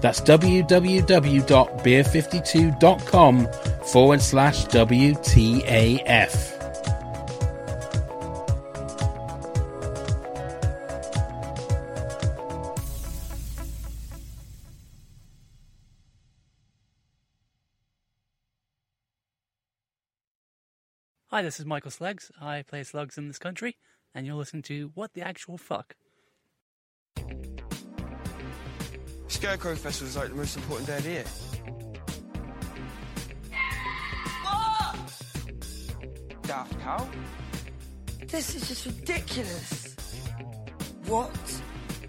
That's www.beer52.com forward slash WTAF. Hi, this is Michael Slugs. I play Slugs in this country, and you're listening to What the Actual Fuck. Scarecrow Festival is like the most important day of the year. Daft Cow? This is just ridiculous. What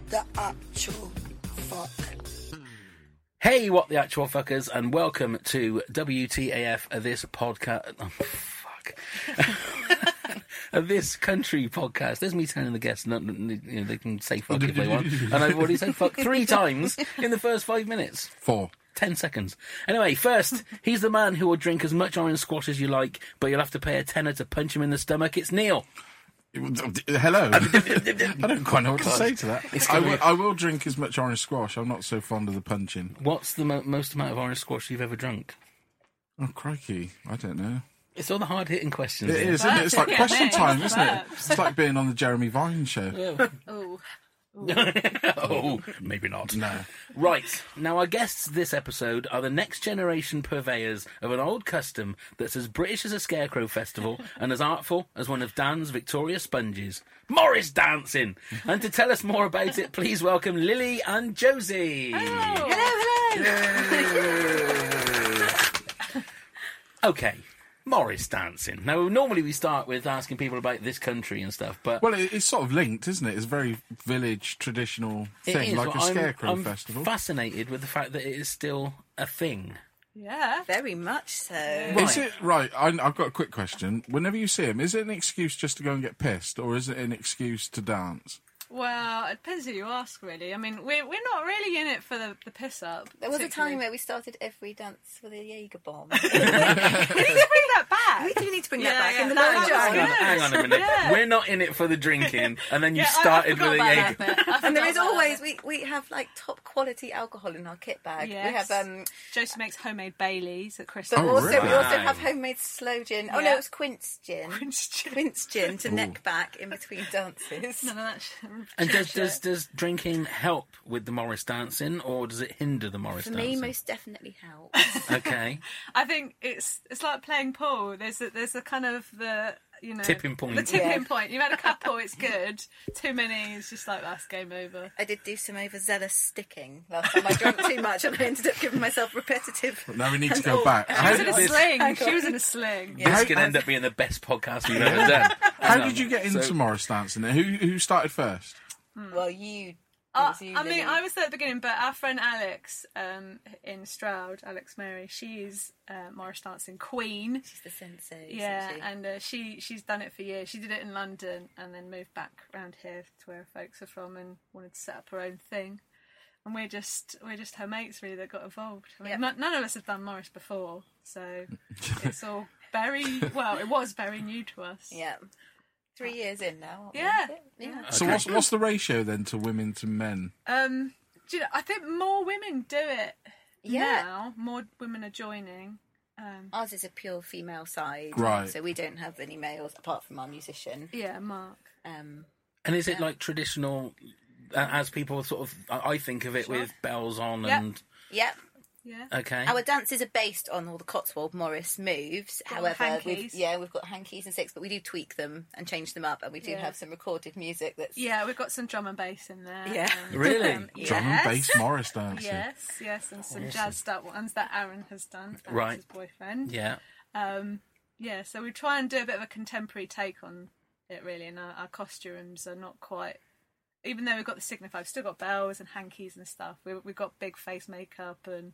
the actual fuck? Hey, what the actual fuckers, and welcome to WTAF, uh, this podcast. Oh, fuck. Uh, this country podcast. There's me telling the guests not, you know, they can say fuck if they want. And I've already said fuck three times in the first five minutes. Four. 10 seconds. Anyway, first, he's the man who will drink as much orange squash as you like, but you'll have to pay a tenner to punch him in the stomach. It's Neil. Hello. I don't quite know what to say to It's that. I gonna will, be- I will drink as much orange squash. I'm not so fond of the punching. What's the mo- most amount of orange squash you've ever drunk? Oh, crikey. I don't know. It's all the hard hitting questions. It here. is, isn't it? It's like Yeah, question thanks. time, isn't it? It's like being on the Jeremy Vine show. Oh, oh, maybe not. No. Right, now our guests this episode are the next generation purveyors of an old custom that's as British as a scarecrow festival and as artful as one of Dan's Victoria sponges. Morris dancing! And to tell us more about it, please welcome Lily and Josie. Okay, Morris dancing. Now, normally we start with asking people about this country and stuff, but. Well, it, it's sort of linked, isn't it? It's a very village traditional it thing, is, like but a I'm- scarecrow I'm festival. fascinated with the fact that it is still a thing. yeah. Very much so. Is it right? I, I've got a quick question. Whenever you see him, is it an excuse just to go and get pissed, or is it an excuse to dance? Well, it depends who you ask, really. I mean, we're, we're not really in it for the, the piss up. There was a time particularly. where we started every dance with a Jaeger bomb. we need to bring that back. we do need to bring Yeah, that back yeah, in the that lounge. was Hang on, good. area. hang on a minute. Yeah. We're not in it for the drinking, and then you Yeah, I- I started forgot with a about Jaeger. that bit. I And there forgot is about always that. we, we have like top quality alcohol in our kit bag. Yes. We have um Josie makes homemade Baileys at Christmas. but Oh, also really? we also Wow. have homemade slow gin. Oh Yeah. no, it was quince gin. Quince gin. Quince gin to neck back in between dances. None of that sh- Oh. And does, shit. does does drinking help with the Morris dancing, or does it hinder the Morris For me dancing? most definitely helps. Okay, I think it's it's like playing pool. There's a, there's a kind of the you know Tipping point. The tipping Yeah. point. You've had a couple, it's good. Too many, it's just like that's game over. I did do some overzealous sticking last time. I drank too much and I ended up giving myself repetitive Now we need to go back. She How, was in a this- sling. She was in a sling. this How- could end up being the best podcast we've ever done. how did you get into so- Morris dancing? Who who started first? well you it Uh, was you, I mean, Lily. I was there at the beginning, but our friend Alex um, in Stroud, Alex Mary, she's uh, Morris dancing queen. She's the sensei, Yeah, isn't she? and uh, she she's done it for years. She did it in London and then moved back round here to where her folks are from and wanted to set up her own thing. And we're just we're just her mates really that got involved. I mean, Yep. none- none of us have done Morris before, so it's all very well. It was very new to us. Yeah. Three years in now. aren't we? Uh, Yeah. Yeah. So what's what's the ratio then to women to men? Um, do you know, I think more women do it Yeah. now. More women are joining. Um, Ours is a pure female side. Right. So we don't have any males apart from our musician. yeah, Mark. Um, And is it like traditional, uh, as people sort of? I I think of it with bells on Yeah. and yeah. Yeah. Okay. Our dances are based on all the Cotswold Morris moves. Got However, we've, hankies. yeah, we've got hankies and six, but we do tweak them and change them up, and we do Yeah. have some recorded music that's Yeah, we've got some drum and bass in there. Yeah. and- Really? um, yes. Drum and bass Morris dance. yeah. Yes, yes, and some jazz style ones that Aaron has done. Aaron's Right. His boyfriend. Yeah. Um, yeah, so we try and do a bit of a contemporary take on it, really, and our, our costumes are not quite. Even though we've got the signifier, we've still got bells and hankies and stuff. We, we've got big face makeup, and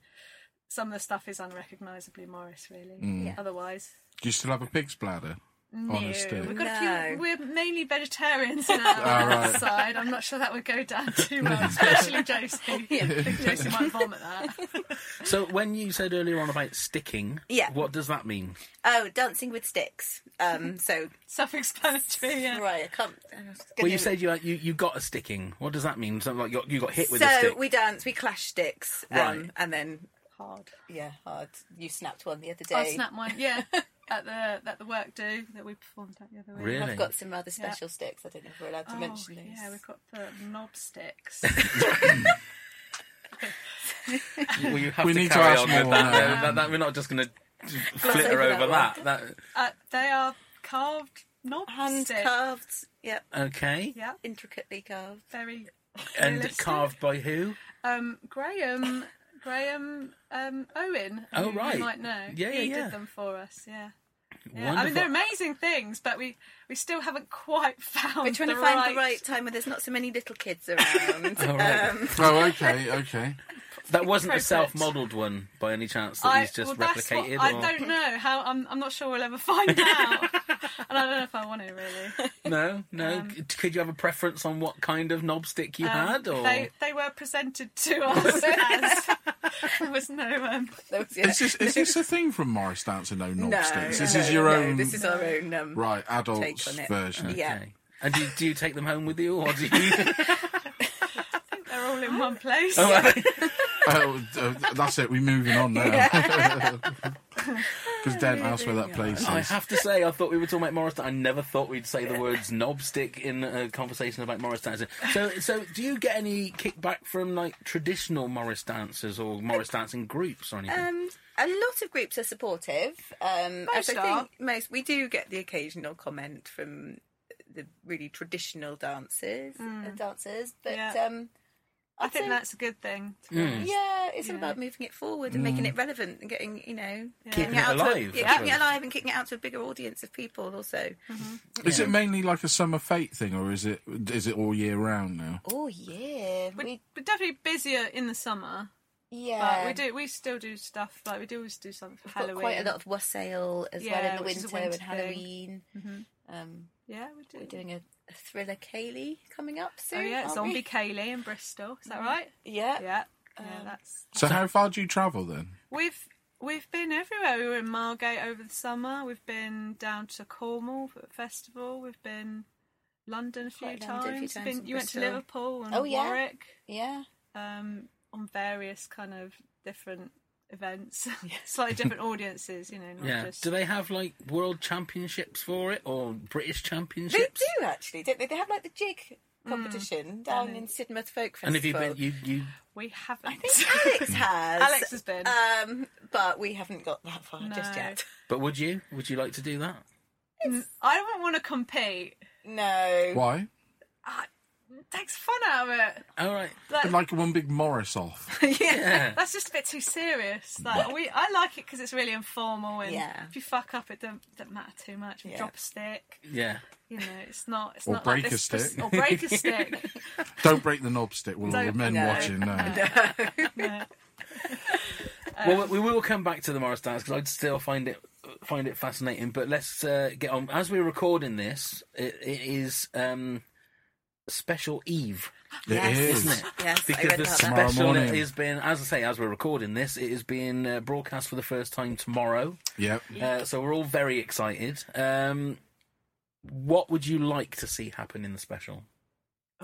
some of the stuff is unrecognisably Morris, really. Yeah. Otherwise, Do you still have a pig's bladder on no. a stick? We've got a No. few. We're mainly vegetarians now All Ah, on right. that side. I'm not sure that would go down too well, especially Josie. Josie might vomit that. So when you said earlier on about sticking, Yeah. what does that mean? oh, dancing with sticks. Um, so Self-explanatory. Yeah. right, I can't. I'm just Well, you gonna- said you you you got a sticking. What does that mean? Something like you got, you got hit with so a stick. we dance, we clash sticks, um, Right. and then Hard. yeah, hard. You snapped one the other day. I snapped mine. Yeah, at the at the work do that we performed at the other week. Really? I've got some rather special sticks. I don't know if we're allowed to Oh, mention these. yeah, we've got the knob sticks. Well, you have We to need to carry ask on with more, that. no. That- that- We're not just going to flitter over over that that. that. uh, they are carved knob hand sticks. carved. Yep, Okay. Yeah, intricately carved. very. And realistic. carved by who? Um, Graham. Graham um, Owen, Oh, who right. you might know, Yeah, he yeah, yeah. did them for us. Yeah, yeah. I mean Wonderful. they're amazing things, but we, we still haven't quite found. We're trying the to find right... the right time when there's not so many little kids around. All right. um, Oh, okay, okay. that wasn't a appropriate. self-modelled one by any chance that he's just well, that's what- replicated. I or... don't know how. I'm, I'm not sure we'll ever find out, and I don't know if I want to really. No, no. Um, C- Could you have a preference on what kind of knob stick you had? Or They they were presented to us as there was no um, those- yeah. Is this is this a thing from Morris dancing no knob no, sticks? no, This is your no, own This is our own um, right adult take on it. version. Yeah. Okay. And do you, do you take them home with you, or do you? they're all in one place. Oh, uh, that's it. We're moving on now. Because Dan asked where that place I is. have to say, I thought we were talking about Morris. Dance. I never thought we'd say the words knob stick in a conversation about Morris dancing. So, so do you get any kickback from like traditional Morris dancers or Morris dancing groups or anything? Um, a lot of groups are supportive. Um, Most as I are. think most we do get the occasional comment from the really traditional dancers and dancers, but Yeah. um, I think So- that's a good thing. to be Mm. honest. yeah, it's all Yeah. about moving it forward and making it relevant and getting you know Keeping getting it out to a- alive, yeah, that's keeping it what- alive and kicking it out to a bigger audience of people. Also, Is it mainly like a summer fete thing, or is it is it all year round now? oh yeah, We're, we we're definitely busier in the summer, yeah but we do we still do stuff like we do always do something for got Halloween. quite a lot of wassail as well Yeah, in the which is winter, a and winter thing. Halloween. Um, Yeah, we do. we're doing a, a thriller Kaylee coming up soon. Oh yeah, aren't Zombie we? Mm. Kaylee in Bristol. Is that right? Yeah. Yeah, yeah, that's So how far do you travel then? Um, We've we've been everywhere. We were in Margate over the summer. We've been down to Cornwall for a festival. We've been London a few Quite times. London a few times Been- and you went to Bristol. Liverpool and Oh, yeah. Warwick Yeah. um, on various kind of different events, slightly different audiences. You know, not yeah. just Do they have like world championships for it or British They championships? do actually, don't they? They have like the jig competition Mm. down in Sidmouth Folk Festival. And have you been? You you we haven't. I think Alex has. Alex has been. Um, but we haven't got that far just No. yet. But would you? Would you like to do that? I don't want to compete. No. Why? It takes fun out of it. All right. Like, Like one big Morris off. That's just a bit too serious. Like we, I like it because it's really informal, and Yeah. if you fuck up, it don't, don't matter too much. We Yeah. Drop a stick, Yeah. you know. It's not. It's Or not break like a this pres- stick. or break a stick. Don't break the knob stick with all the Don't- men no. watching. No. No. well, we we will come back to the Morris dance because I'd still find it find it fascinating. But let's uh, get on. As we're recording this, it, it is um, special Eve It Yes. is. isn't it? Yes, I Because read the about that. Tomorrow special morning. is being, as I say, as we're recording this, it is being uh, broadcast for the first time tomorrow. Yep. Uh, so we're all very excited. Um, what would you like to see happen in the special?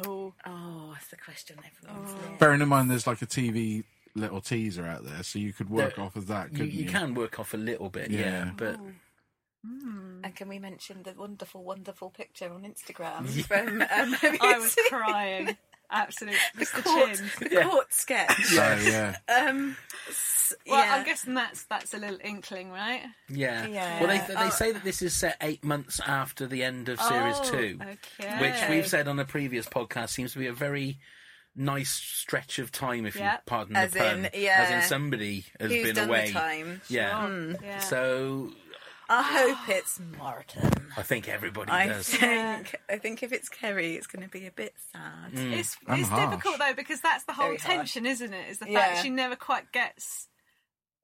Oh, Oh, that's the question everyone's oh. Bearing in mind, there's like a TV little teaser out there, so you could work There- off of that, You, couldn't you? Oh, you can work off a little bit, yeah. Yeah. but Oh. And can we mention the wonderful, wonderful picture on Instagram from um, I was crying. Absolute The Mr. court, Chin. the court sketch. Oh, yeah. Um, s- Well, yeah. I'm guessing that's that's a little inkling, right? Yeah. Yeah. Uh, Well, they, they Oh. say that this is set eight months after the end of series Oh, two, okay. which we've said on a previous podcast seems to be a very nice stretch of time, if you Yep. pardon As the pun. in, yeah. As in somebody has Who's been done away. the time? Yeah. Yeah. So I hope it's Morton. I think everybody I does. think I think if it's Kerry, it's going to be a bit sad. It's Hmm. I'm it's harsh. difficult though because that's the whole Very harsh. tension, isn't it? Is the fact Yeah. she never quite gets,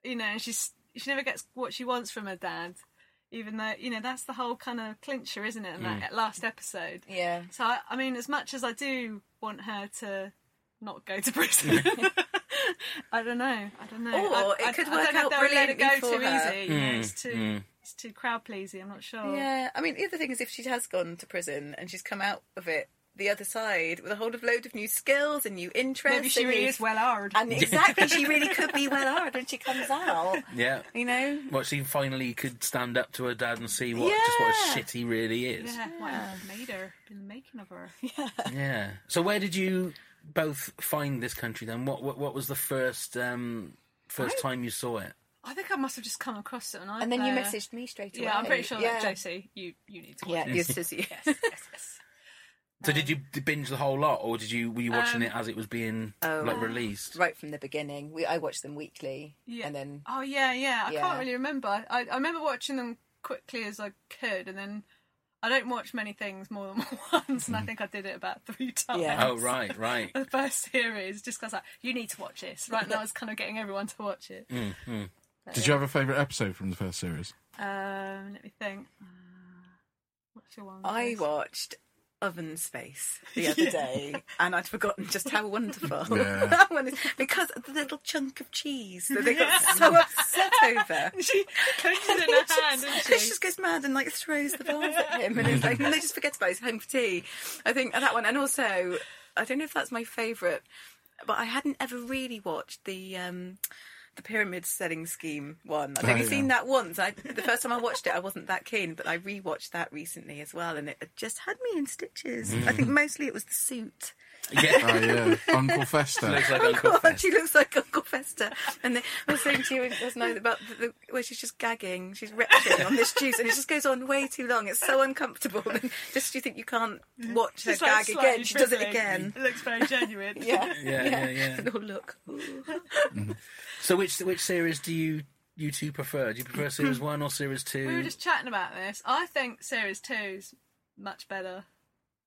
you know, she's she never gets what she wants from her dad, even though you know that's the whole kind of clincher, isn't it? In Hmm. that last episode. Yeah. So I, I mean, as much as I do want her to not go to prison. I don't know. I don't know. Or I, it I- could I work don't know out if they'll let it go brilliantly too for her. easy. you know, Hmm. it's too it's too crowd pleasy. I'm not sure. Yeah, I mean, the other thing is if she has gone to prison and she's come out of it the other side with a whole of load of new skills and new interests. Maybe she and really new- is well hard. And exactly, she really could be well hard when she comes out. Yeah. You know, Well, she finally could stand up to her dad and see what just Yeah. what a shit he really is. Yeah, what I've made her, been the making of her. Yeah. So where did you both find this country then? What what, what was the first um, first time you saw it? I think I must have just come across it on iPlayer. and then you messaged me straight away. Yeah, I'm pretty sure yeah. that Josie, you you need to. watch Yeah, it. yes, yes, yes. Yes, yes, yes. So did you Um, d- binge the whole lot, or did you were you watching it as it was being like released? oh. right from the beginning. We I watched them weekly, Yeah. and then Oh yeah, yeah. I Yeah. can't really remember. I, I I remember watching them quickly as I could, and then I don't watch many things more than once, and I think I did it about three times. Mm-hmm. Yeah. Oh right, right. The first series, just because like you need to watch this, right? And I was kind of getting everyone to watch it. Mm. Did you have a favourite episode from the first series? Um, let me think. Uh, what's your one? I Joyce? watched Oven Space the other day, and I'd forgotten just how wonderful Yeah. that one is because of the little chunk of cheese that they got so upset over. She clenches it in her hand, didn't she? She just goes mad and like throws the bars at him, and it's like and they just forget about it. It's home for tea. I think that one, and also I don't know if that's my favourite, but I hadn't ever really watched the um, the pyramid selling scheme one. I've Oh, only yeah. seen that once. I, the first time I watched it, I wasn't that keen, but I rewatched that recently as well, and it just had me in stitches. I think Mm. mostly it was the suit. Yeah. Oh, yeah. Uncle Fester. Looks like Uncle God, Fest. she looks like Uncle Fester. And the, I was saying to you, wasn't I, about the, the, where she's just gagging, she's retching on this juice, and it just goes on way too long. It's so uncomfortable. And just you think you can't watch her Just, like, gag again. slightly She does it dribbling. again. It looks very genuine. Yeah, Yeah, yeah, yeah. And, oh, look. Ooh. So which which series do you you two prefer? Do you prefer series one or series two? We were just chatting about this. I think series two's much better.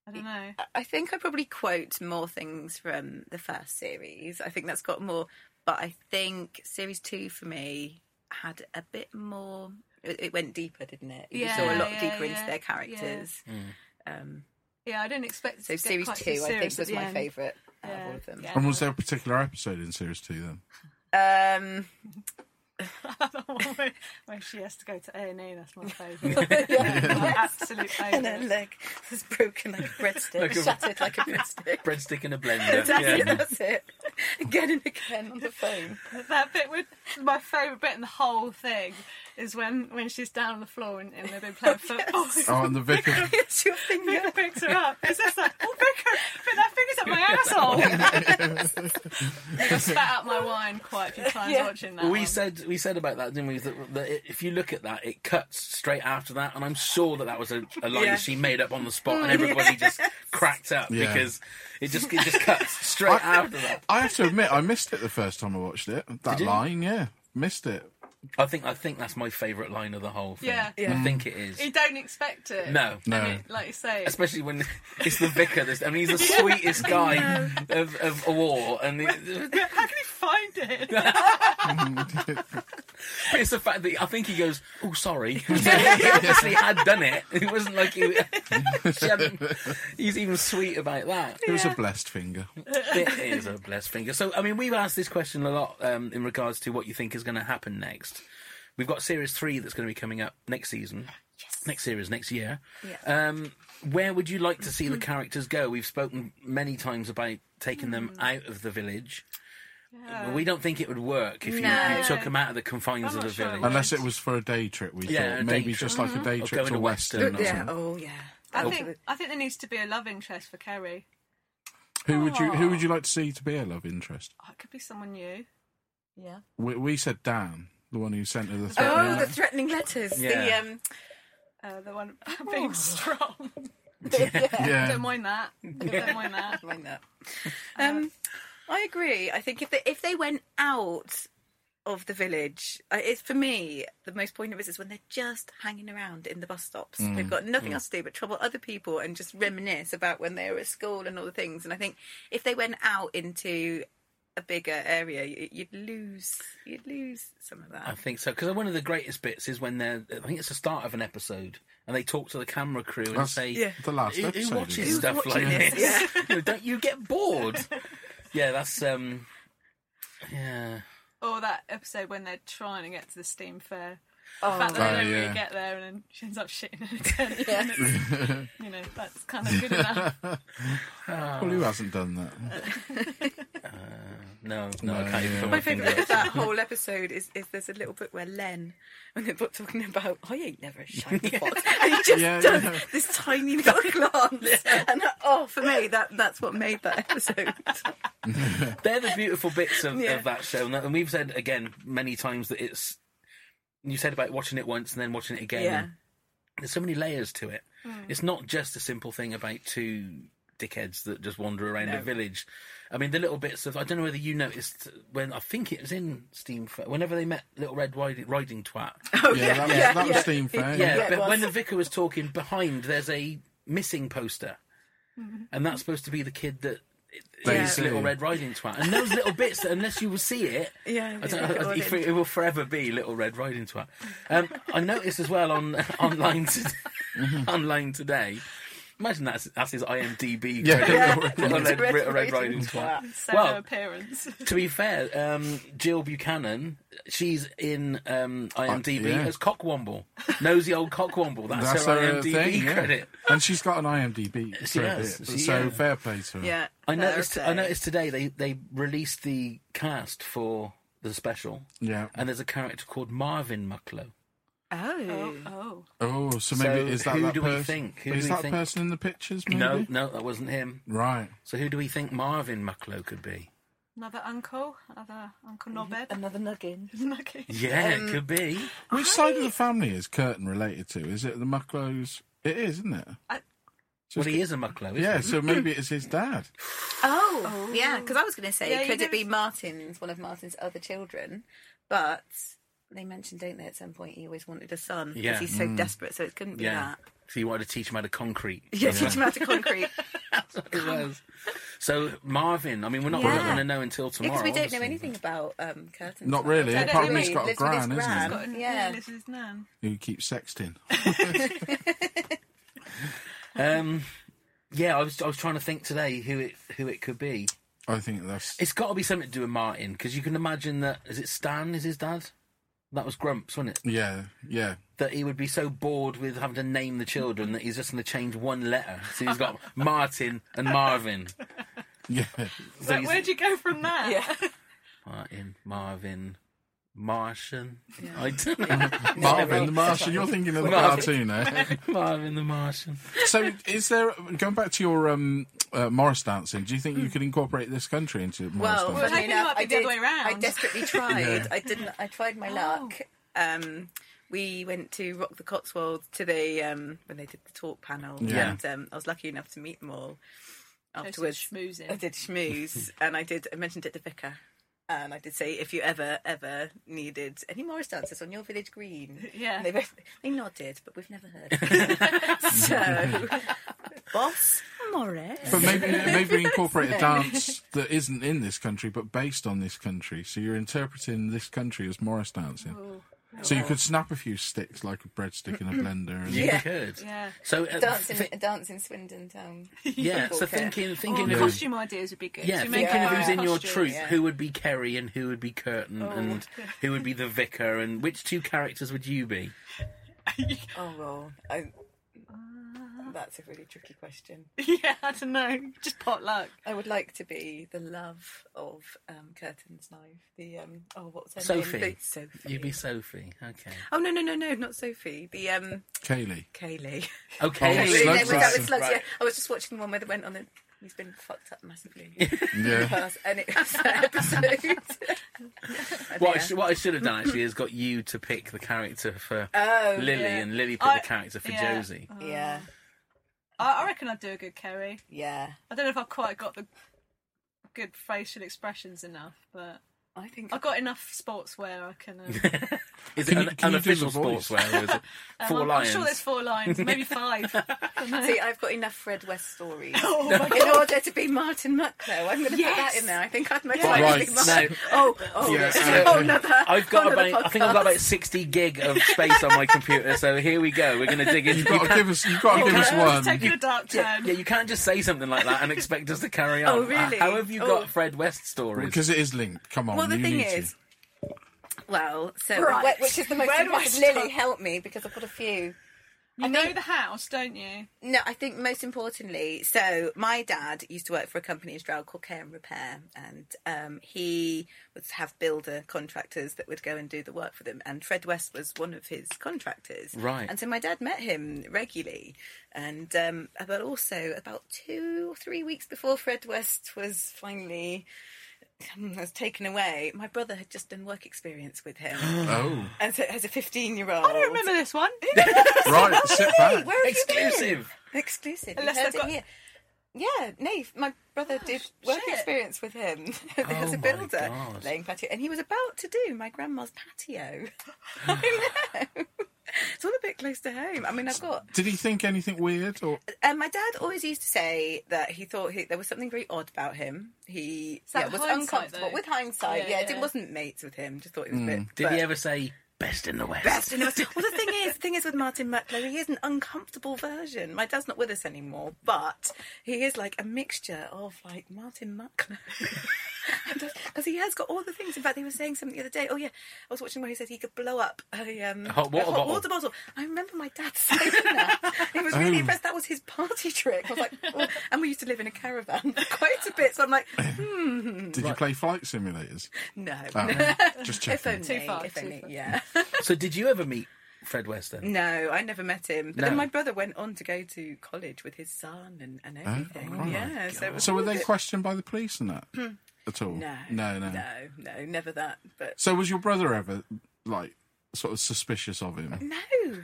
I don't know. I think I probably quote more things from the first series. I think that's got more, but I think series two for me had a bit more. It it went deeper, didn't it? You saw a Yeah, lot yeah, deeper into yeah, their yeah. characters. Um, Yeah, I didn't expect. to So get series quite two, so I serious think, at was the my end. favourite out of Yeah, all of them. yeah. And was there a particular episode in series two then? Um, The one where- where she has to go to A and E. That's my favourite. My absolute and her favourite. leg was broken like a breadstick, Like a- shattered like a breadstick. breadstick and a blender. That's yeah. it. That's it. Again and again on the phone. That bit with my favourite bit in the whole thing is when when she's down on the floor and, and they've been playing football. Oh, and the Vicar. It's your finger. Vicar picks her up. It's just like, oh, Vicar, put that finger's up my asshole. I think I spat out my wine quite a few times Yeah. watching that. Well, one. we said we said about that, didn't we? That, that it- if you look at that, it cuts straight after that, and I'm sure that that was a, a line Yeah. Mm, that she made up on the spot, and everybody just cracked up Yeah. because it just it just cuts straight after that. I have to admit, I missed it the first time I watched it. That you? line, yeah. Missed it. I think I think that's my favourite line of the whole thing. Yeah. I Yeah. think it is. You don't expect it. No. No. And it- like you say, Especially when it's the vicar. That's, I mean, he's the sweetest guy of, of war, and it, how can you find it? But Mm-hmm. it's the fact that I think he goes, "Oh, sorry." he obviously had done it. It wasn't like he. she hadn't, he's even sweet about that. It was a blessed finger. It is a blessed finger. So, I mean, we've asked this question a lot um, in regards to what you think is going to happen next. We've got series three that's going to be coming up next season. Next series, next year. Um, where would you like to see the characters go? We've spoken many times about taking them out of the village. We don't think it would work if you, you No. took them out of the confines I'm of the not sure it village. would. Unless it was for a day trip, Yeah, we a day thought. Maybe trip. Mm-hmm. just like a day Or trip going to to Western. Western or or Yeah. something. Oh yeah. I think I think there needs to be a love interest for Kerry. Who would you Who would you like to see to be a love interest? Oh, it could be someone new. Yeah. We, we said Dan, the one who sent her the threatening. Oh, the letter. threatening letters. Yeah. The um. Uh, the one about being strong. yeah. Don't mind that. Don't mind that. Like that. Um, I agree. I think if they if they went out of the village, uh, it's for me the most poignant bit is when they're just hanging around in the bus stops. They've got nothing else to do but trouble other people and just reminisce about when they were at school and all the things. And I think if they went out into a bigger area, you, you'd lose you'd lose some of I that. think so because one of the greatest bits is when they're. I think it's the start of an episode, and they talk to the camera crew and That's say, Yeah. the last who, episode, who watches isn't it? stuff like watching this? this?" You know, don't you get bored?" yeah, that's um, yeah. Or that episode when they're trying to get to the steam fair. The fact that Oh, they don't yeah. really get there and then she ends up shitting in a tent. And it's- you know, that's kind of good enough. Well, Oh. who hasn't done that? No, no, I No, can't even yeah. put My my favourite finger. bit of that whole episode is, is there's a little bit where Len, when they're both talking about, I ain't never a shiny pot, and he just Yeah, does yeah. this tiny little glance. And uh, oh, for me, that that's what made that episode. They're the beautiful bits of, Yeah. of that show, and, that- and we've said again many times that it's. You said about watching it once and then watching it again. Yeah. Hmm. There's so many layers to it. It's not just a simple thing about two dickheads that just wander around a village. I mean, the little bits of I don't know whether you noticed when I think it was in Steam Fair, whenever they met Little Red Riding, Riding Twat. Oh, Yeah, that was, yeah, that was yeah. Steam Fair. Yeah, Yeah. it but was. when the vicar was talking behind, there's a missing poster, and that's supposed to be the kid that They is see. Little Red Riding Twat. And those little bits, that unless you will see it, Yeah, I don't yeah, know, got it, it. it will forever be Little Red Riding Twat. Um, I noticed as well on online today, Mm-hmm. online today. Imagine that's that's his IMDb. Yeah. credit. Yeah. Little Red, Red Red, Red Riding Riding Twat. So Well- her appearance. To be fair, um, Jill Buchanan, she's in um, IMDb Oh, yeah. as Cockwomble, nosy old Cockwomble. That's, That's her, her uh, IMDb thing, yeah. credit. And she's got an IMDb She credit, has, she- so yeah. fair play to her. Yeah, I fair noticed. I play. noticed today they they released the cast for the special, Yeah. and there's a character called Marvin Mucklow. Oh, Oh, oh. Oh, so maybe So is that who that do we person? think? Who is do we that think? person in the pictures? Maybe? No, no, that wasn't him. Right. So who do we think Marvin Mucklow could be? Another uncle? Another Uncle Nobed? another nuggin. Nucky. Yeah, it could be. Which side of the family is Curtin related to? Is it the Mucklows? It is, isn't it? Well, he is a Mucklow. Isn't Yeah, he? so maybe it's his dad. Oh, yeah, because I was going to say, Yeah, you could never- it be Martin's, one of Martin's other children? But they mentioned, don't they, at some point he always wanted a son because Yeah. Mm. he's so desperate, so it couldn't be yeah. that. So you wanted to teach him how to concrete. Yeah, teach him how to concrete. It was. So Marvin, I mean, we're not, Yeah. going to know until tomorrow. Because we don't obviously. know anything about um, curtains. Not really, I don't apart know. from he's got a Lives with his gran, isn't he? gran. Got an, yeah. Yeah. this is Nan. Who keeps sexting? Um, yeah, I was I was trying to think today who it who it could be. I think that's. It's got to be something to do with Martin because you can imagine that is it Stan is his dad. That was Grumps, wasn't it? Yeah, yeah. That he would be so bored with having to name the children that he's just going to change one letter. So he's got Martin and Marvin. Yeah. So Like, he's- where'd you go from that? Yeah. Martin, Marvin, Martian. I don't know. Marvin the Martian. You're thinking of the Marvin. cartoon, eh? Marvin the Martian. So, is there going back to your um, uh, Morris dancing? Do you think you could incorporate this country into Morris Well, dancing? Well, funny hoping it enough, might be I the did. other way round. I desperately tried. Yeah. I didn't. I tried my luck. Oh. Um, we went to Rock the Cotswolds to the um, when they did the talk panel, Yeah. and um, I was lucky enough to meet them all Afterwards. afterwards. Schmoozing. I did schmooze, and I did. I mentioned it to Vicar. And I did say, if you ever, ever needed any Morris dancers on your village green, Yeah. And they both they nodded, but we've never heard. so, boss Morris, But maybe maybe incorporate a dance that isn't in this country but based on this country. So you're interpreting this country as Morris dancing. Oh, So you could snap a few sticks like a breadstick in a blender. And, You Yeah. could. Yeah. So uh, dancing, thi- dancing Swindon town. yeah. So football kit. thinking, Well, thinking of who's, costume ideas would be good. yeah, So you make thinking it of who's in your costumes. troop, yeah. who would be Kerry and who would be Curtin and yeah. who would be the vicar and which two characters would you be? Oh well, I, that's a really tricky question. yeah, I don't know. Just pot luck. I would like to be the love of um, Curtain's knife. The um, oh, what's her Sophie. name? The- Sophie. You'd be Sophie. Okay. Oh no no no no, not Sophie. The um, Kaylee. Kaylee. Okay. Oh, Kaylee, Slugs there was- that was Larson. Slugs, yeah. Right. I was just watching the one where they went on a He's been fucked up massively. Yeah. Past any episode. What I, sh- what I should have done actually is got you to pick the character for Oh, Lily, yeah. and Lily picked I- the character for yeah. Josie. yeah, I, I reckon I'd do a good Kerry. yeah. I don't know if I've quite got the good facial expressions enough, but I think I've got enough sportswear I can. Uh, Is Can it you- an can you do the unofficial voice? sportswear or is it 4 I'm, lions? Um, I'm sure there's four lions, maybe five. See, I've got enough Fred West stories. oh my In order to be Martin Mucklow, I'm going to put that Yes. in there. I think I'd most Right, likely be no. Martin. Oh, oh, Yeah, this is uh, a whole nother- I've got whole nother about, I think I've got podcast. about 60 gig of space on my computer, so here we go. We're going to dig in. You've got to give us. You've got to give us can't- one. taking a dark yeah, turn. yeah, you can't just say something like that and expect us to carry on. Oh, really? How have you Oh. got Fred West stories? Because it is linked. Come on. Well, the you thing need to. is, well, so Right. wh- which is the most Where do important. I Lily, start? help me because I've got a few. You know the house, don't you? No, I think most importantly, so my dad used to work for a company in Stroud called Care and Repair, and um, he would have builder contractors that would go and do the work for them. And Fred West was one of his contractors, Right. And so my dad met him regularly, and um, but also about two or three weeks before Fred West was finally um, was taken away, my brother had just done work experience with him Oh, as a, as a fifteen year old. I don't remember this one. right. Sit back. Where have you been? Exclusive. Exclusive. Unless you heard they've got- it here. Yeah, Nave, my brother did work shit. experience with him Oh as my a builder, God. laying patio, and he was about to do my grandma's patio. I know. It's all a bit close to home. I mean, I've got Did he think anything weird or? um, my dad always used to say that he thought he, there was something very odd about him. He that yeah, was hindsight, uncomfortable though? with hindsight. Yeah, Yeah, yeah. it wasn't mates with him. Just thought he was a bit. Mm. Did but- he ever say, best in the West? best in the West. Well, the thing is, the thing is with Martin Mucklow, he is an uncomfortable version. My dad's not with us anymore, but he is like a mixture of like Martin Mucklow. Because he has got all the things. In fact, he was saying something the other day. Oh yeah, I was watching where he said he could blow up a, um, hot water a bottle. water bottle. I remember my dad saying that. He was really impressed. That was his party trick. I was like, oh. and we used to live in a caravan quite a bit. So I'm like, Did you play flight simulators? no, Oh, no. just if checking. only, far, if too only, far. yeah. So did you ever meet Fred West then? No, I never met him. But No. then my brother went on to go to college with his son and, and everything. Oh, right. yeah. So, it was So were all a they bit- questioned by the police and that at all? No, no, no. no, no, never that. But So was your brother ever like sort of suspicious of him? no,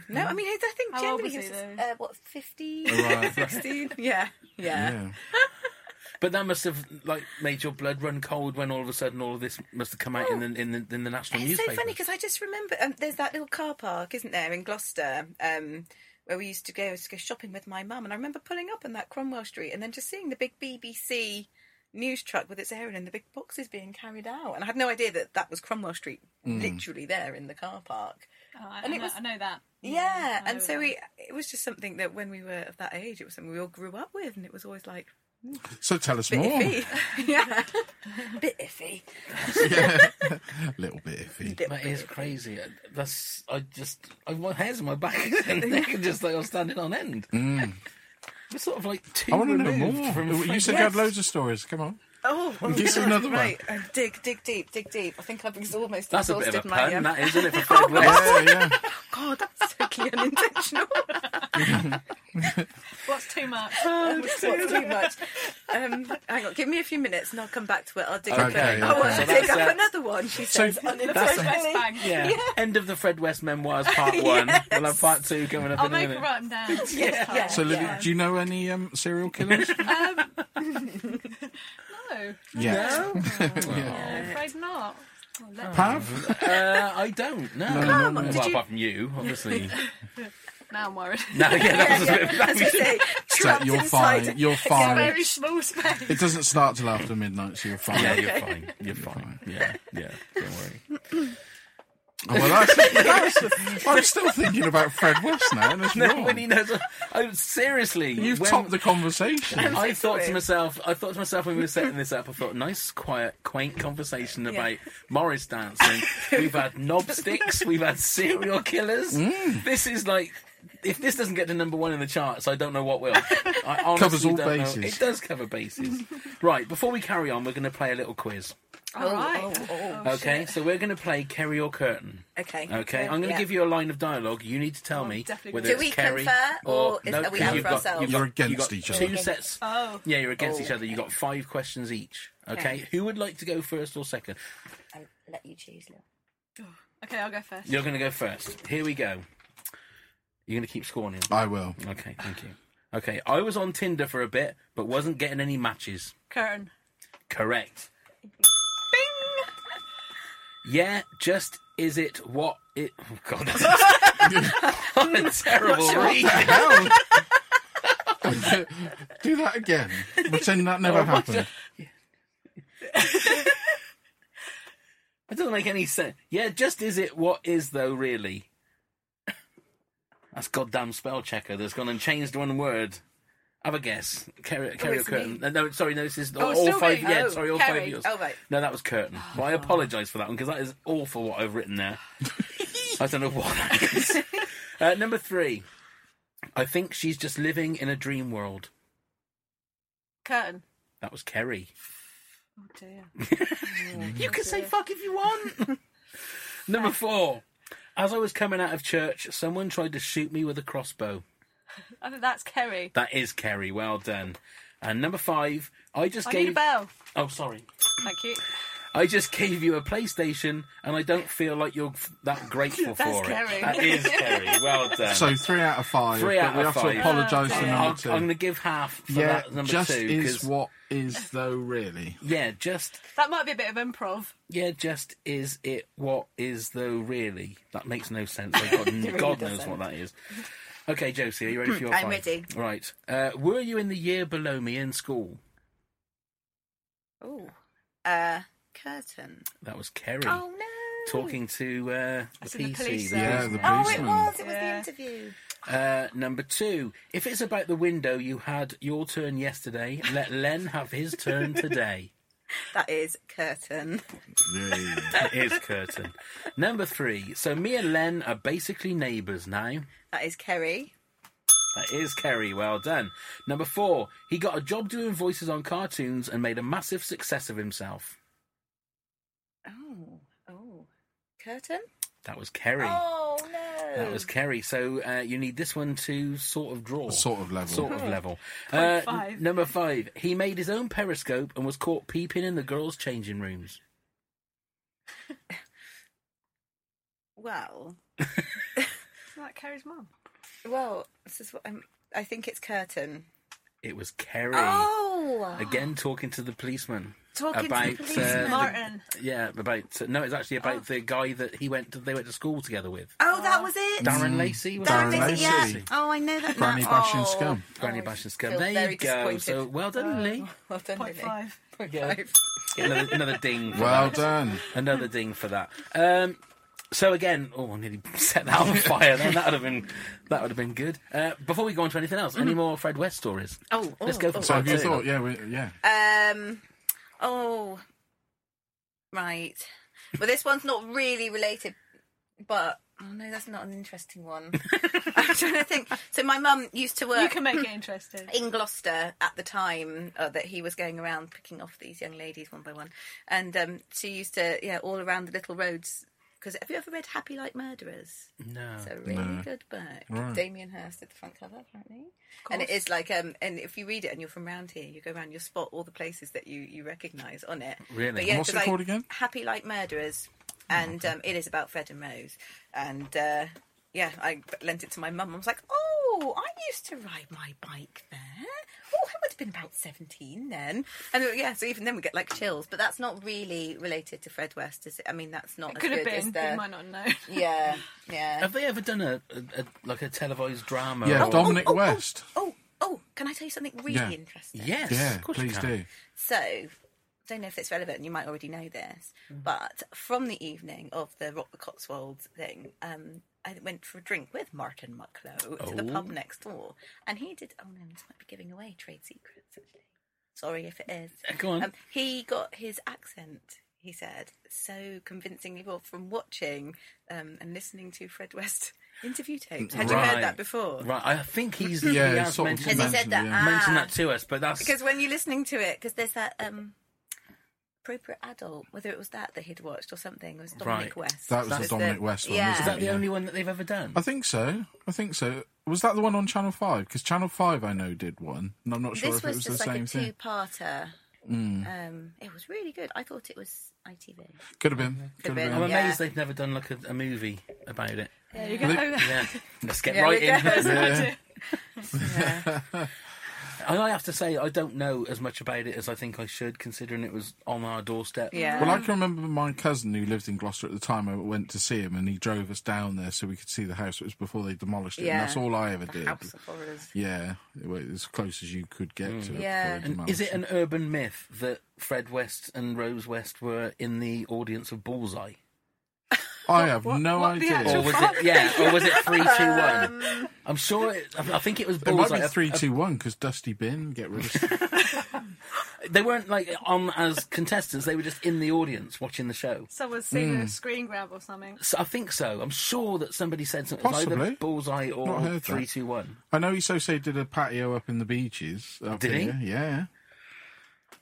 no. I mean, I I think How old generally was he was he, though? uh, what 50, Right. 16? Yeah, yeah. Yeah. But that must have like made your blood run cold when all of a sudden all of this must have come out in the in the, in the national Oh. It's newspaper. so funny because I just remember um, there's that little car park, isn't there, in Gloucester, um, where we used to go, used to go shopping with my mum. And I remember pulling up on that Cromwell Street and then just seeing the big BBC news truck with its airing and the big boxes being carried out. And I had no idea that that was Cromwell Street, literally there in the car park. Oh, I, I And it know, was- I know that. Yeah, I know and so that. we, it was just something that when we were of that age, it was something we all grew up with, and it was always like So tell us bit more. iffy, yeah, bit iffy. Little bit iffy. Little That bit is iffy. crazy. That's I just I my hairs on my back and neck are just like I'm standing on end. You're sort of like two I want to know removed more. from you Fred said you had West. loads of stories. Come on. Oh, oh Give us God, another one. right. Uh, dig, dig deep, dig deep. I think I've ex- almost That's a exhausted bit of a my. pun, um, that isn't it? For Fred West. Yeah, yeah. God, that's totally unintentional. What's too much? It's not too much. Um, hang on, give me a few minutes and I'll come back to it. I'll dig up. Okay, a- I okay. want So to dig that's, up uh, another one. She says That's unintentionally. bang. Yeah. End of the Fred West memoirs, part Yes. Oh one. We'll have part two coming up I'll in a make minute. her write them down. Yeah, yeah, So, Lily, yeah. do you know any um, serial killers? No, yeah. Oh, I'm afraid not. Oh, let- Have? Uh, I don't know. Come on, well, did you- apart from you, obviously. Now I'm worried. no, yeah, that was a bit. As we say, So trapped you're inside. fine. You're It's a fine. very small space. It doesn't start till after midnight, so you're fine. Yeah, you're fine. You're fine. Yeah, yeah. Don't worry. Oh, well, that's, that's, I'm still thinking about Fred West now, and it's wrong. when he knows, oh, seriously, You've when- topped the conversation. I thought to sorry. myself, I thought to myself when we were setting this up, I thought, nice, quiet, quaint conversation about Morris dancing. we've had knob sticks, we've had serial killers. Mm. This is like, if this doesn't get to number one in the charts, I don't know what will. I honestly Covers all don't know. bases. It does cover bases. right, before we carry on, we're going to play a little quiz. All right. oh, Okay, so we're going to play Kerry or Curtain. Okay. Okay, I'm going to Yeah. give you a line of dialogue. You need to tell I'm me definitely whether gonna- it's Do we Kerry confer or or is- no, are we because out you've for got- ourselves? you've You're got- you've against got each Two other. sets. Oh. Yeah, you're against Oh. each other. You got five questions each. Okay, Okay. who would like to go first or second? I'll let you choose, Lil. Okay, I'll go first. You're going to go first. Here we go. You're going to keep scoring. Him. I will. Okay, thank you. Okay, I was on Tinder for a bit, but wasn't getting any matches. Curtain. Correct. Bing! Yeah, just is it what it? Oh God, that's what a terrible read. Hell. Do that again. Pretend that Oh never happened. That doesn't make any sense. Yeah, just is it what is though really? That's goddamn spell checker that's gone and changed one word. Have a guess. Carry, carry a it's curtain. me. No, no, sorry, no, this is it's all still five. me. Yeah, Oh, sorry, all Kerry. five of yours. Oh, right. No, that was curtain. Well, I apologise for that one because that is awful what I've written there. I don't know what that is. uh, number three. I think she's just living in a dream world. Curtain. That was Kerry. Oh dear. Oh, You can say fuck if you want. Number four. As I was coming out of church, someone tried to shoot me with a crossbow. I think that's Kerry. That is Kerry. Well done. And number five. I just I need a gave. bell. Oh, sorry. Thank you. I just gave you a PlayStation, and I don't feel like you're f- that grateful That's for Kerry. it. That is Kerry. Well done. So three out of five. Three but out we of have five. to apologise for Yeah. I'll, I'm number two. going to give half for yeah, that number just two. is 'cause- what is though really. Yeah, just That might be a bit of improv. Yeah, just is it what is though really? That makes no sense. Oh, God, God knows what that is. Okay, Josie, are you ready for your I'm five? ready. Right. Uh, were you in the year below me in school? Oh. Uh, curtain. That was Kerry Oh no. talking to uh, the That's in the PC. police the Yeah, policeman. the Oh, it policeman. was. It was Yeah. the interview. Uh, number two. If it's about the window, you had your turn yesterday. Let Len have his turn today. That is curtain. Yeah. It is curtain. Number three. So me and Len are basically neighbours now. That is Kerry. That is Kerry. Well done. Number four, he got a job doing voices on cartoons and made a massive success of himself. Oh. Oh. Curtain. That was Kerry. Oh no. That was Kerry. So uh, you need this one to sort of draw. Sort of level. Sort Hmm. of level. Uh, Point n- five. number five, he made his own periscope and was caught peeping in the girls' changing rooms. Well. Isn't that Kerry's mum? Well. This is what I'm. I think it's curtain. It was Kerry. Oh. Again, talking to the policeman. Talking about, to the policeman. Uh, Martin. Yeah, about uh, no, it's actually about the guy that he went to, they went to school together with. Oh, that was it. Darren Lacey. Was Darren it? Darren Lacey, yeah. Lacey. Oh, I know that. Granny now. Bash and oh. Scum. Granny Oh, I Bash and Scum. feel There very you go. disappointed. Oh. So well done, Lee. Well done, Point Lily. five. Point Yeah. five. Get another, another ding. For Well that. done. Another ding for that. Um, so again, oh, I nearly set that on fire. Then that would have been that would have been good. Uh, before we go on to anything else, any more Fred West stories? Oh, Let's go for So have you Two. thought? Yeah, we, yeah. Um. Oh. Right. Well, this one's not really related, but oh no, that's not an interesting one. I'm trying to think. So my mum used to You work can make it interesting. in Gloucester at the time uh, that he was going around picking off these young ladies one by one, and um, she used to yeah all around the little roads. Because have you ever read Happy Like Murderers? No. It's a really good book. Right. Damien Hirst did the front cover, apparently. And it is like, um, and if you read it and you're from round here, you go around, you'll spot all the places that you, you recognise on it. Really? But And yeah, what's 'cause it I- called again? Oh, Happy Like Murderers. And um, it is about Fred and Rose. And uh, yeah, I lent it to my mum. I was like, oh, I used to ride my bike there. Oh, I would have been about 17 then. And uh, yeah, so even then we get like chills. But that's not really related to Fred West, is it? I mean, that's not as Could have good as been. the. You might not know. Yeah, yeah. Have they ever done a, a, a like a televised drama? Yeah, or- Dom- Dominic West. Oh, oh, can I tell you something really Yeah. interesting? Yes, Yeah, of course you please can. do. So, don't know if it's relevant, you might already know this, but from the evening of the Rock the Cotswolds thing, um, I went for a drink with Martin Mucklow to the Oh. pub next door, and he did. Oh no, this might be giving away trade secrets. Actually. Sorry if it is. Uh, Go on. Um, he got his accent, he said, so convincingly well from watching um, and listening to Fred West interview tapes. Had you heard Right. that before? Right, I think he's Yeah, he it's has sort of mentioned Has that, he said Mentioned, that? yeah. mentioned Ah. that to us, but that's Because when you're listening to it, because there's that um, appropriate adult, whether it was that that he'd watched or something. It was Right. Dominic West. That was the It's Dominic West one, Is wasn't Yeah. it? that the Yeah. only one that they've ever done? I think so. I think so. Was that the one on Channel Five? Because Channel Five, I know, did one, and I'm not sure This if it was, was the just like same a thing. two-parter. Hmm. Um, it was really good. I thought it was ITV. Could have been. Could have Could've been. been. I'm amazed Yeah. they've never done like a, a movie about it. There you Well, go. Yeah, let's get Yeah, right we in. go. Yeah. And I have to say, I don't know as much about it as I think I should, considering it was on our doorstep. Yeah. Well, I can remember my cousin who lived in Gloucester at the time. I went to see him, and he drove us down there so we could see the house. It was before they demolished it, Yeah. and that's all I ever did. House of Horrors. Yeah, it was as close as you could get Mm. to it. Yeah. before they And is it demolished an urban myth that Fred West and Rose West were in the audience of Bullseye? I have What- no what the idea. actual Or was it yeah? Or was it three two Um, one? I'm sure. It, I I think it was It might Bullseye. be three, two, one, because Dusty Bin get rid of. They weren't like on as contestants. They were just in the audience watching the show. Someone's seen Hmm. a screen grab or something. So I think so. I'm sure that somebody said something. It was Possibly. either Bullseye Not or heard three that. two one. I know Isose did a patio up in the beaches. Up Did he? here. Yeah.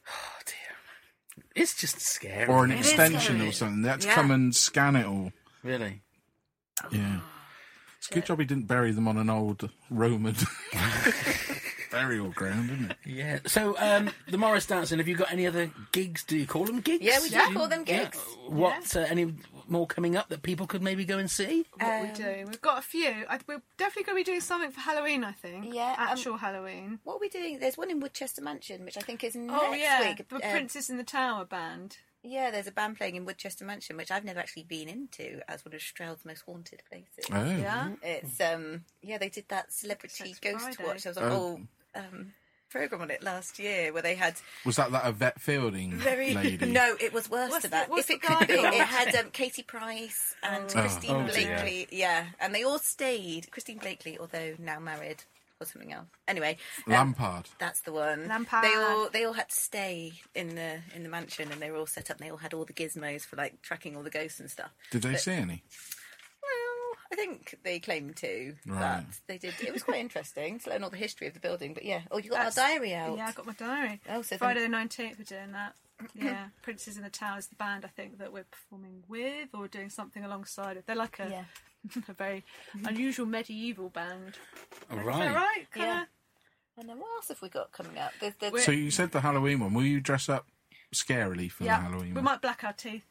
Oh dear, it's just scary. Or an is extension scary. or something. They had to Yeah. come and scan it all. really. Yeah. It's a good job he didn't bury them on an old Roman burial ground, isn't it? Yeah. So um, the Morris dancing. Have you got any other gigs? Do you call them gigs? Yeah, we do Yeah. call them gigs. What? Uh, any more coming up that people could maybe go and see? What Um, we do? We've got a few. I, we're definitely going to be doing something for Halloween. I think. Yeah, um, Actual Halloween. What are we doing? There's one in Woodchester Mansion, which I think is next Oh yeah, week. the Um, Princess in the Tower band. yeah, there's a band playing in Woodchester Mansion, which I've never actually been into, as one of Stroud's most haunted places. Oh. Yeah. It's um yeah, they did that Mm-hmm. celebrity Sex ghost Friday. watch. There was a whole um, program on it last year where they had Was that that Yvette Fielding very lady? no, it was worse What's than that. the- what's if it the could be, guy it called? had um, Katie Price and Christine Oh, dear. Blakely. Yeah, and they all stayed. Christine Blakely, although now married or something else. Anyway, um, Lampard. that's the one. Lampard. They all they all had to stay in the in the mansion, and they were all set up. and They all had all the gizmos for like tracking all the ghosts and stuff. Did they But- see any? Well, I think they claim to, Right. but they did. It was quite interesting to learn all the history of the building. But yeah, oh, you got That's- our diary out. Yeah, I got my diary. Oh, so Friday then- the nineteenth, we're doing that. Yeah, Princess in the Tower is the band I think that we're performing with or doing something alongside it. They're like a, Yeah. a very unusual medieval band. All Is right. that right? Kinda? Yeah. And then what else have we got coming up? There's the So you said the Halloween one. Will you dress up scarily for the Yeah. Halloween We one? might black our teeth.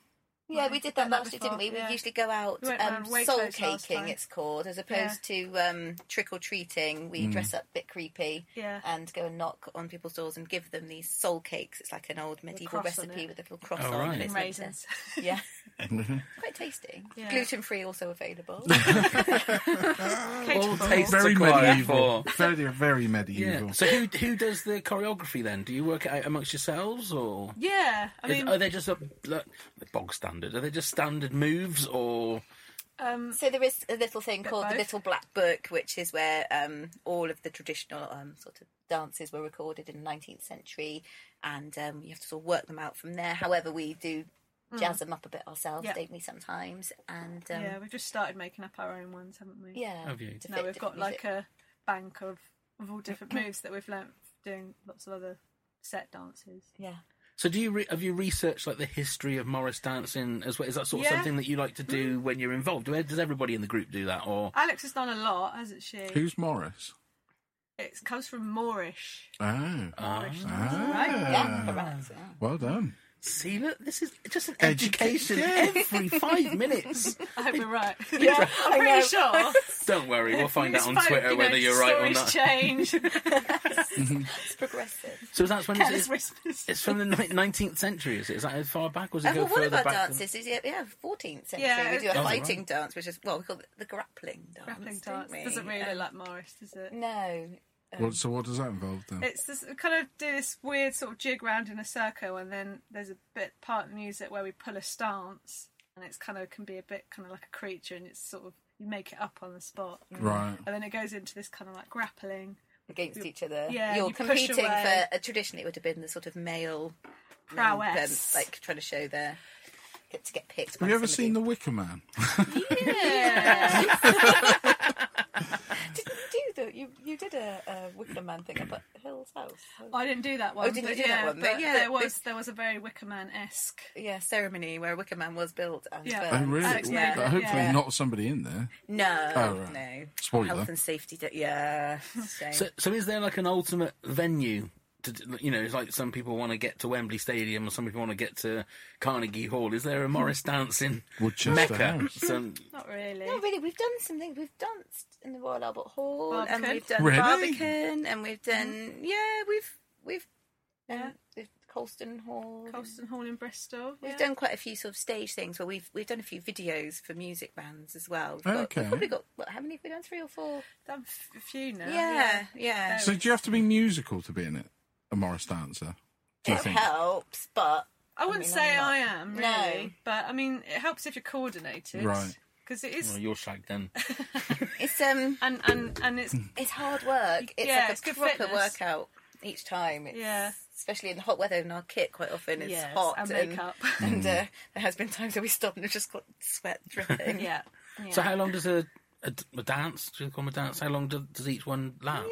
Yeah, we did that done that last year, didn't we? before, We yeah. usually go out We went um, round Wakefield soul last caking, time. it's called, as opposed to um, trick or treating. Mm. We dress up a bit creepy Yeah. and go and knock on people's doors and give them these soul cakes. It's like an old medieval cross on recipe it. with a little cross Oh, on right. it. And raisins. Yeah, quite tasty. Yeah. Gluten free also available. Cake All for tastes Very acquired medieval. for- Very, very Yeah. medieval. So who who does the choreography then? Do you work it out amongst yourselves, or Yeah, I mean, are they just a like, bog standard? Are they just standard moves, or um, So there is a little thing Bit called the both. Little Black Book, which is where um, all of the traditional um, sort of dances were recorded in the 19th century, and um, you have to sort of work them out from there. However, we do jazz them up a bit ourselves, Hmm. Yeah. don't we? Sometimes, and yeah, um, yeah, we've just started making up our own ones, haven't we? Have you? to Now fit we've got different like music. a bank of, of all different moves that we've learnt doing lots of other set dances. yeah. so do you? Re- have you researched like the history of Morris dancing as well? Is that sort of Yeah. Mm. something that you like to do when you're involved? Where- Does everybody in the group do that, or Alex has done a lot, hasn't she? Who's Morris? It comes from Moorish. Oh. Uh, Moorish dance, Ah. right? Yeah, correct, yeah. Well done. see? Look, this is just an Educa- education Yeah. every five minutes. I hope we're right. Yeah, I I'm know. pretty sure. Don't worry, we'll find out It's on fine, Twitter you know, whether you're right or stories not. change. It's progressive. So that's when Careless it's, whispers. it's from the nineteenth century, is it? Is that as far back? Was it And go Uh, well, one of further our back? than- Oh, dances is yeah, yeah, 14th century. Yeah, we do a it's- fighting dance, which is well, we call it the grappling dance. Grappling don't dance we? doesn't really Um, look like Morris, does it? no. Well, so what does that involve then? It's this we kind of do this weird sort of jig round in a circle, and then there's a bit part of the music where we pull a stance, and it's kind of can be a bit kind of like a creature, and it's sort of you make it up on the spot, Mm. right. and then it goes into this kind of like grappling. against each other. yeah, you're you push competing for away. uh, traditionally it would have been the sort of male men, Prowess. um, like trying to show their get to get picked. Have you ever seen The Wicker Man? Yeah, Do the, you you did a, a Wicker Man thing up at Hill's house. I didn't do that one. didn't but Oh, you do that yeah, one? But But yeah, there was this- there was a very Wicker Man esque. yeah, ceremony where a Wicker Man was built and Yeah. Oh, burned. really? Alex But Mack, hopefully, yeah. not somebody in there. No, Oh, right. no. Spoiler. Health and safety. Day. Yeah. shame. So, so is there like an ultimate venue? To, you know, it's like some people want to get to Wembley Stadium, or some people want to get to Carnegie Hall. Is there a Morris dancing Woodchester mecca? House. Some, Not really. Not really. We've done some things. We've danced in the Royal Albert Hall, and Barbican. we've done Really? Barbican, and we've done yeah, we've we've Yeah. done the Colston Hall. and- Colston Hall in Bristol. We've yeah. done quite a few sort of stage things where we've we've done a few videos for music bands as well. We've, got, Okay. we've probably got what, how many have we done? Three or four? done f- a few now. yeah, yeah. So do you have to be musical to be in it? A Morris dancer? Do you It think? helps, but I wouldn't mean, say I'm not- I am No. really, but I mean it helps if you're coordinated, Right. Because it is, well, you're shagged then. it's um and and and it's it's hard work. It's Yeah, like a it's good proper fitness. workout each time. It's, Yeah. Especially in the hot weather in our kit, quite often it's Yes, hot and makeup. and uh, there has been times where we stop and it's just got sweat dripping. yeah. yeah. So, how long does a, a, a dance? Do you call them a dance? How long do, does each one last?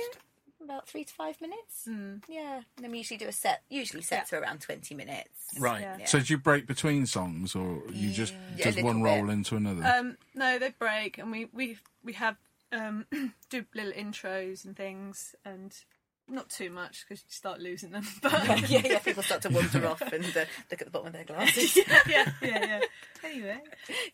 about three to five minutes. Yeah, and then we usually do a set. Usually sets are around twenty minutes. Right. Yeah. So do you break between songs, or you just Yeah, does a one little roll bit. into another? Um, no, they break, and we we we have um, do little intros and things, and not too much because you start losing them. But yeah, yeah. People start to wander off and uh, look at the bottom of their glasses. yeah, yeah, yeah. Anyway,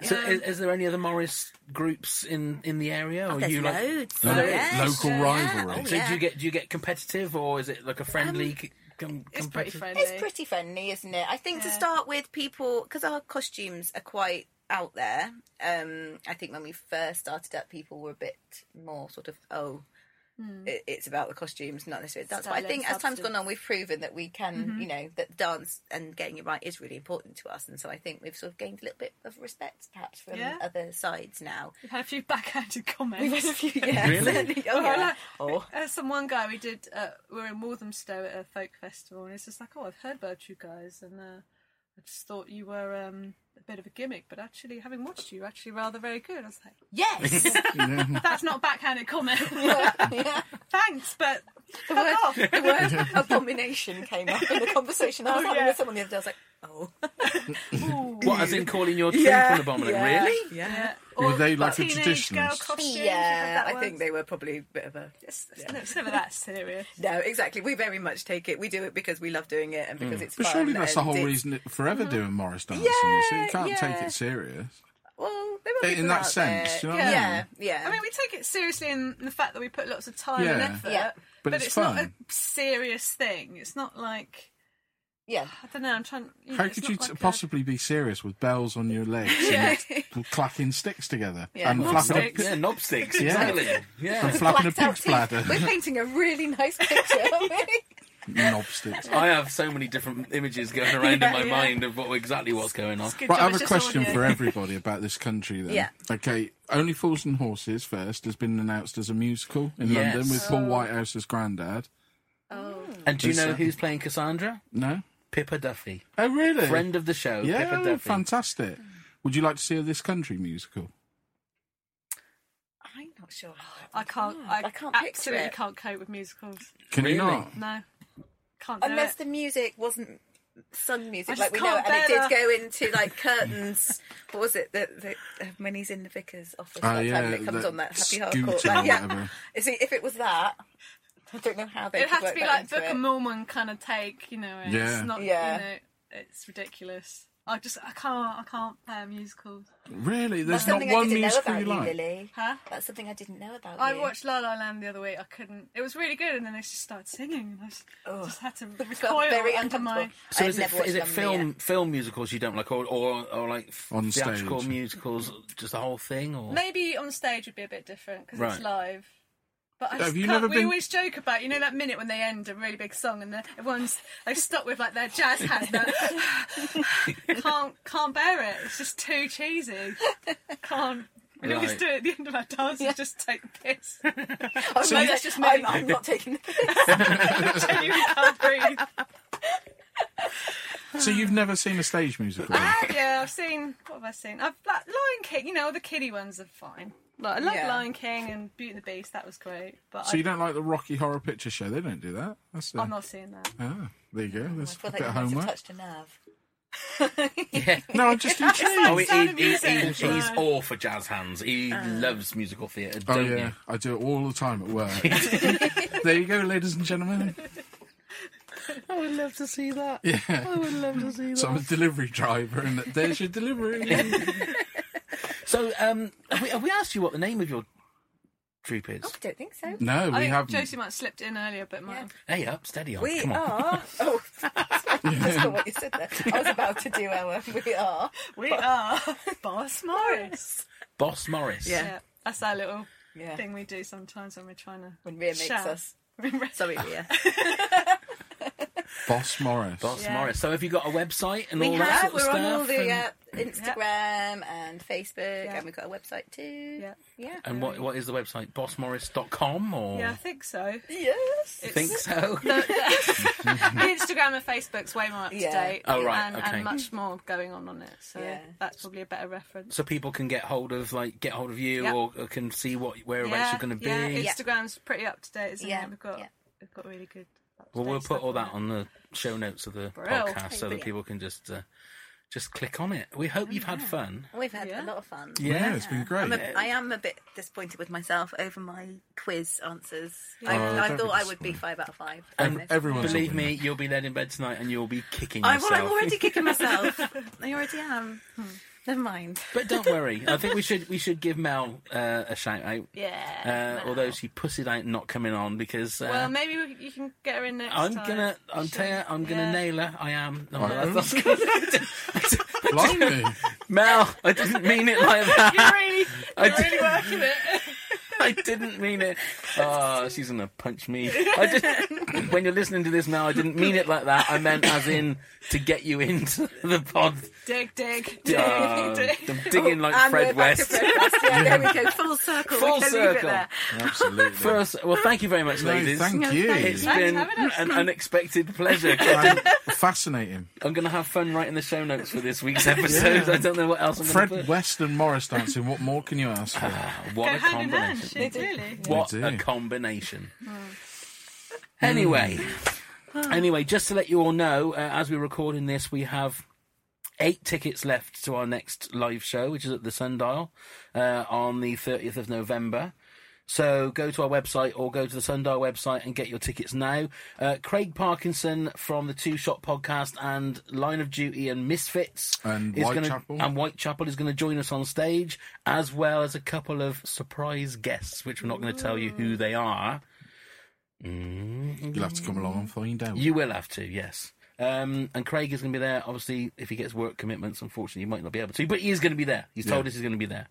So, is, is there any other Morris groups in in the area? Or Oh, There's you like? loads. Oh, Lo- yeah. local yeah. rivalry. Oh, So, yeah. Um, do you get do you get competitive, or is it like a friendly? c- com- it's pretty competitive? friendly. It's pretty friendly, isn't it? I think to Yeah. start with, people because our costumes are quite out there. Um, I think when we first started up, people were a bit more sort of oh. It, it's about the costumes, not necessarily the dance. but I Style think and as time's gone substance. on, we've proven that we can, you know, that dance and getting it right is really important to us. And so I think we've sort of gained a little bit of respect, perhaps, from Yeah. other sides now. We've had a few backhanded comments. We've had a few, yeah. Really? oh, Oh, yeah. like- Oh. Uh, some one guy we did, uh, we were in Walthamstow at a folk festival, and it's just like, oh, I've heard about you guys, and uh, I just thought you were um, a bit of a gimmick, but actually, having watched you, you're actually rather very good. I was like, Yes! that's not a backhanded comment. yeah. Thanks, but the fuck off. word, the word abomination came up in the conversation I was Oh, having yeah. with someone the other day. I was like, oh. What, as in calling your troop an abomination? yeah, Really? Yeah. Yeah. Or Were they like a teenage traditionalist? girl costumes. Yeah, you've had that I one. think they were probably a bit of a. It's, it's no- it's never that serious. No, exactly. We very much take it. We do it because we love doing it and because it's Mm. but fun. surely that's the and whole it's- reason it, forever doing Morris dancing. Yeah, so you can't take yeah. it serious. Well, there were In people that out sense, there. do you know what I yeah, mean? yeah. I mean, we take it seriously in the fact that we put lots of time and Yeah. effort, Yeah. But but it's not a fun. serious thing. It's not like yeah. I don't know. I'm trying. You know, How it's could not you like t- a- possibly be serious with bells on your legs and cl- clacking sticks together Yeah. and Knob flapping, sticks. Yeah, knob sticks, Yeah. exactly. Yeah. and flapping a Blacked out pig's teeth. bladder? We're painting a really nice picture, aren't we? knob sticks. I have so many different images going around in my yeah. mind of what exactly what's going on. It's good Right, job I have it's a just question audio. for everybody about this country then. Yeah. Okay, Only Fools and Horses first has been announced as a musical in Yes. London with Paul Whitehouse as granddad. Oh, And do you It's, know uh, who's playing Cassandra? No? Pippa Duffy, Oh, really? friend of the show. yeah, Pippa Duffy. fantastic. Would you like to see a This Country musical? I'm not sure. how that I would can't. work. I, Hmm, can't picture absolutely it. can't cope with musicals. Can you Really? not? No, can't do Unless it. the music wasn't sung music just like we know, it, can't and it bear did go into like curtains. What was it that the, uh, when he's in the vicar's office? Oh, that time yeah, and it comes that on that happy scooter hardcore. or Like, yeah. whatever. You See, if it was that, I don't know how they. It'd could have to work be that like into Book it. of Mormon kind of take, you know. and Yeah. It's not, Yeah. You know, it's ridiculous. I just, I can't, I can't play a musical. Really? There's That's not something I one didn't know musical about you you, like? Lily. Huh? That's something I didn't know about I you. watched La La Land the other week. I couldn't. It was really good, and then they just started singing, and I just, just had to It felt recoil very under uncomfortable. my. So I've is it, never watched is it Mamma Mia. film film musicals you don't like, or or, or like f- On theatrical stage. musicals, just the whole thing, or Maybe on stage would be a bit different because Right. it's live. But I Have just you can't, never we been- always joke about you know that minute when they end a really big song and the- everyone's they stop with like their jazz hands. they're- can't can't bear it. It's just too cheesy. Can't. We always Right. do it at the end of our dance is just take the piss. I'm, So not- Oh, that's just me. I'm, I'm not taking the piss. Genuinely can't breathe. So you've never seen a Ah, stage musical? then? yeah, I've seen. What have I seen? I've like Lion King. You know, the kiddie ones are fine. Like, I love Yeah. Lion King and Beauty and the Beast. That was great, but So you I, don't like the Rocky Horror Picture Show? They don't do that. That's the, I'm not seeing that. Ah, there you go. That's I feel a like bit you of might have homework. touched a nerve. No, I'm just Oh, intrigued. he, Sound of he- Music. he- he's Yeah. all for jazz hands. He loves musical theatre, Oh don't yeah, I do it all the time at work. there you go, ladies and gentlemen. you? I would love to see that. Yeah. I would love to see that. So I'm a delivery driver, and there's your delivery. So, um, have we, have we asked you what the name of your troop is? Oh, I don't think so. No, we I think haven't. Josie might have slipped in earlier, but might Yeah. have. Hey, up, steady on. We Come on. are. Oh, that's not what you said there. I was about to do our we are. we are Boss Morris. Boss Morris. Yeah. Yeah, that's our little Yeah. thing we do sometimes when we're trying to. When Rhea makes Shall. us. Sorry, Leah. Boss Morris. Boss Yeah. Morris. So, have you got a website and We all that have. sort of We're stuff? on all the and uh, Instagram and Facebook, Yeah. and we've got a website too. Yeah. Yeah. and what, what is the website? BossMorris.com or? Yeah, I think so. Yes. I think so. Instagram and Facebook's way more up to Yeah. date. Oh, right, and, okay. and much more going on on it. So Yeah. that's probably a better reference. so people can get hold of like get hold of you Yep. or, or can see what whereabouts yeah, you're going to be. yeah, Instagram's pretty up to date, isn't Yeah, it? We've got yeah. we've got really good. up-to-date Well, we'll put stuff all that it. on the show notes of the Brill. podcast so that Brilliant. people can just uh, just click on it. We Oh, hope you've had fun. We've had Yeah. a lot of fun. Yeah, it's been great. I'm a, I am a bit disappointed with myself over my quiz answers. Oh, I, I don't be thought I would be disappointed. five out of five. Ev- everyone's Believe up in me, there. you'll be led in bed tonight and you'll be kicking I, yourself. well, I'm already kicking myself. I already am. Hmm. Never mind. But don't worry. I think we should we should give Mel uh, a shout out. Uh, Yeah. no. Although she pussied out not coming on because uh, well, maybe we, you can get her in next I'm time. gonna I'm Sure. tell you, I'm gonna Yeah. nail her. I am. No, Right. that's, that's good. Blimey. Mel, I didn't mean it like You're that. really, I you're really did- working it. I didn't mean it. Oh, she's gonna punch me. I just, when you're listening to this now, I didn't mean it like that. I meant as in to get you into the pod. Dig, dig, dig, Uh, dig. Oh, I'm digging like Oh, And we're Fred back to West. Fred West. Yeah, there we go. Full circle. Full we can Leave it circle. there. Absolutely. First, well, thank you very much, No, ladies. thank you. you. It's Thanks been for having us. an unexpected pleasure. Um, fascinating. I'm going to have fun writing the show notes for this week's episode. I don't know what else I'm going Fred to put. West and Morris dancing. What more can you ask for? What Go a hand in hand, combination. shit, really. What They do. a combination. Anyway, anyway, just to let you all know, uh, as we're recording this, we have eight tickets left to our next live show, which is at the Sundial uh, on the 30th of November. So go to our website or go to the Sundial website and get your tickets now. Uh, Craig Parkinson from the Two Shot Podcast and Line of Duty and Misfits And is gonna- Whitechapel. and Whitechapel is going to join us on stage, as well as a couple of surprise guests, which we're not going to tell you who they are. You'll have to come along and find out. You will have to, yes. Um, and Craig is going to be there. Obviously, if he gets work commitments, unfortunately, he might not be able to, but he is going to be there. He's told Yeah. us he's going to be there.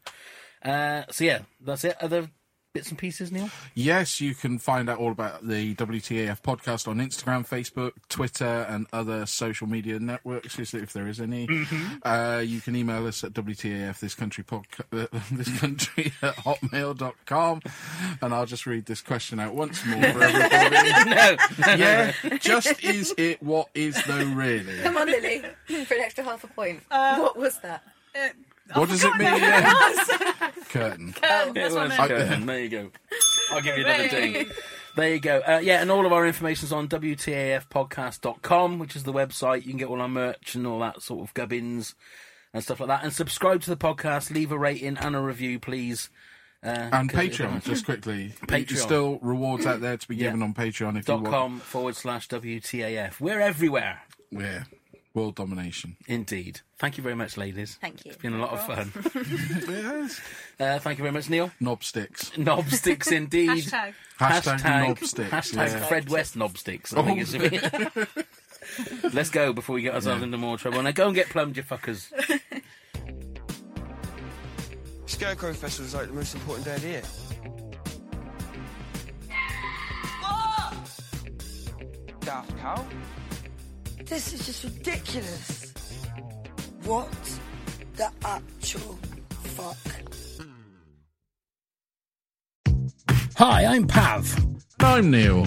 Uh, so yeah, that's it. Other bits and pieces, Neil. Yes, you can find out all about the WTAF podcast on Instagram, Facebook, Twitter, and other social media networks, is- if there is any. Mm-hmm. Uh, you can email us at WTAF this country, podca- uh, this country at hotmail.com. And I'll just read this question out once more for everybody. No, yeah, just is it what is though, really? Come on, Lily, Uh, for an extra half a point. what was that? Oh What does Uh, it mean? Yeah. Curtain. it was meant. Curtain. There you go. I'll give you another Hey. ding. There you go. Uh, yeah, and all of our information is on WTAFpodcast.com, which is the website. You can get all our merch and all that sort of gubbins and stuff like that. And subscribe to the podcast, leave a rating and a review, please. Uh, And 'cause it's Patreon, just quickly. Patreon. Still rewards out there to be given Yeah. on Patreon if Dot you want. com forward slash WTAF. We're everywhere, Yeah. World domination. indeed. Thank you very much, ladies. Thank you. It's been a lot of fun. yes. Uh, thank you very much, Neil. Knob sticks. Knobsticks, indeed. Hashtag. Hashtag, knob hashtag, sticks. hashtag yeah. Fred West knobsticks. I think it should be. Let's go before we get ourselves into more trouble. Now go and get plumbed, you fuckers. Scarecrow Festival is like the most important day of the year. Daft Cow? This is just ridiculous. What the actual fuck? Hi, I'm Pav. I'm Neil.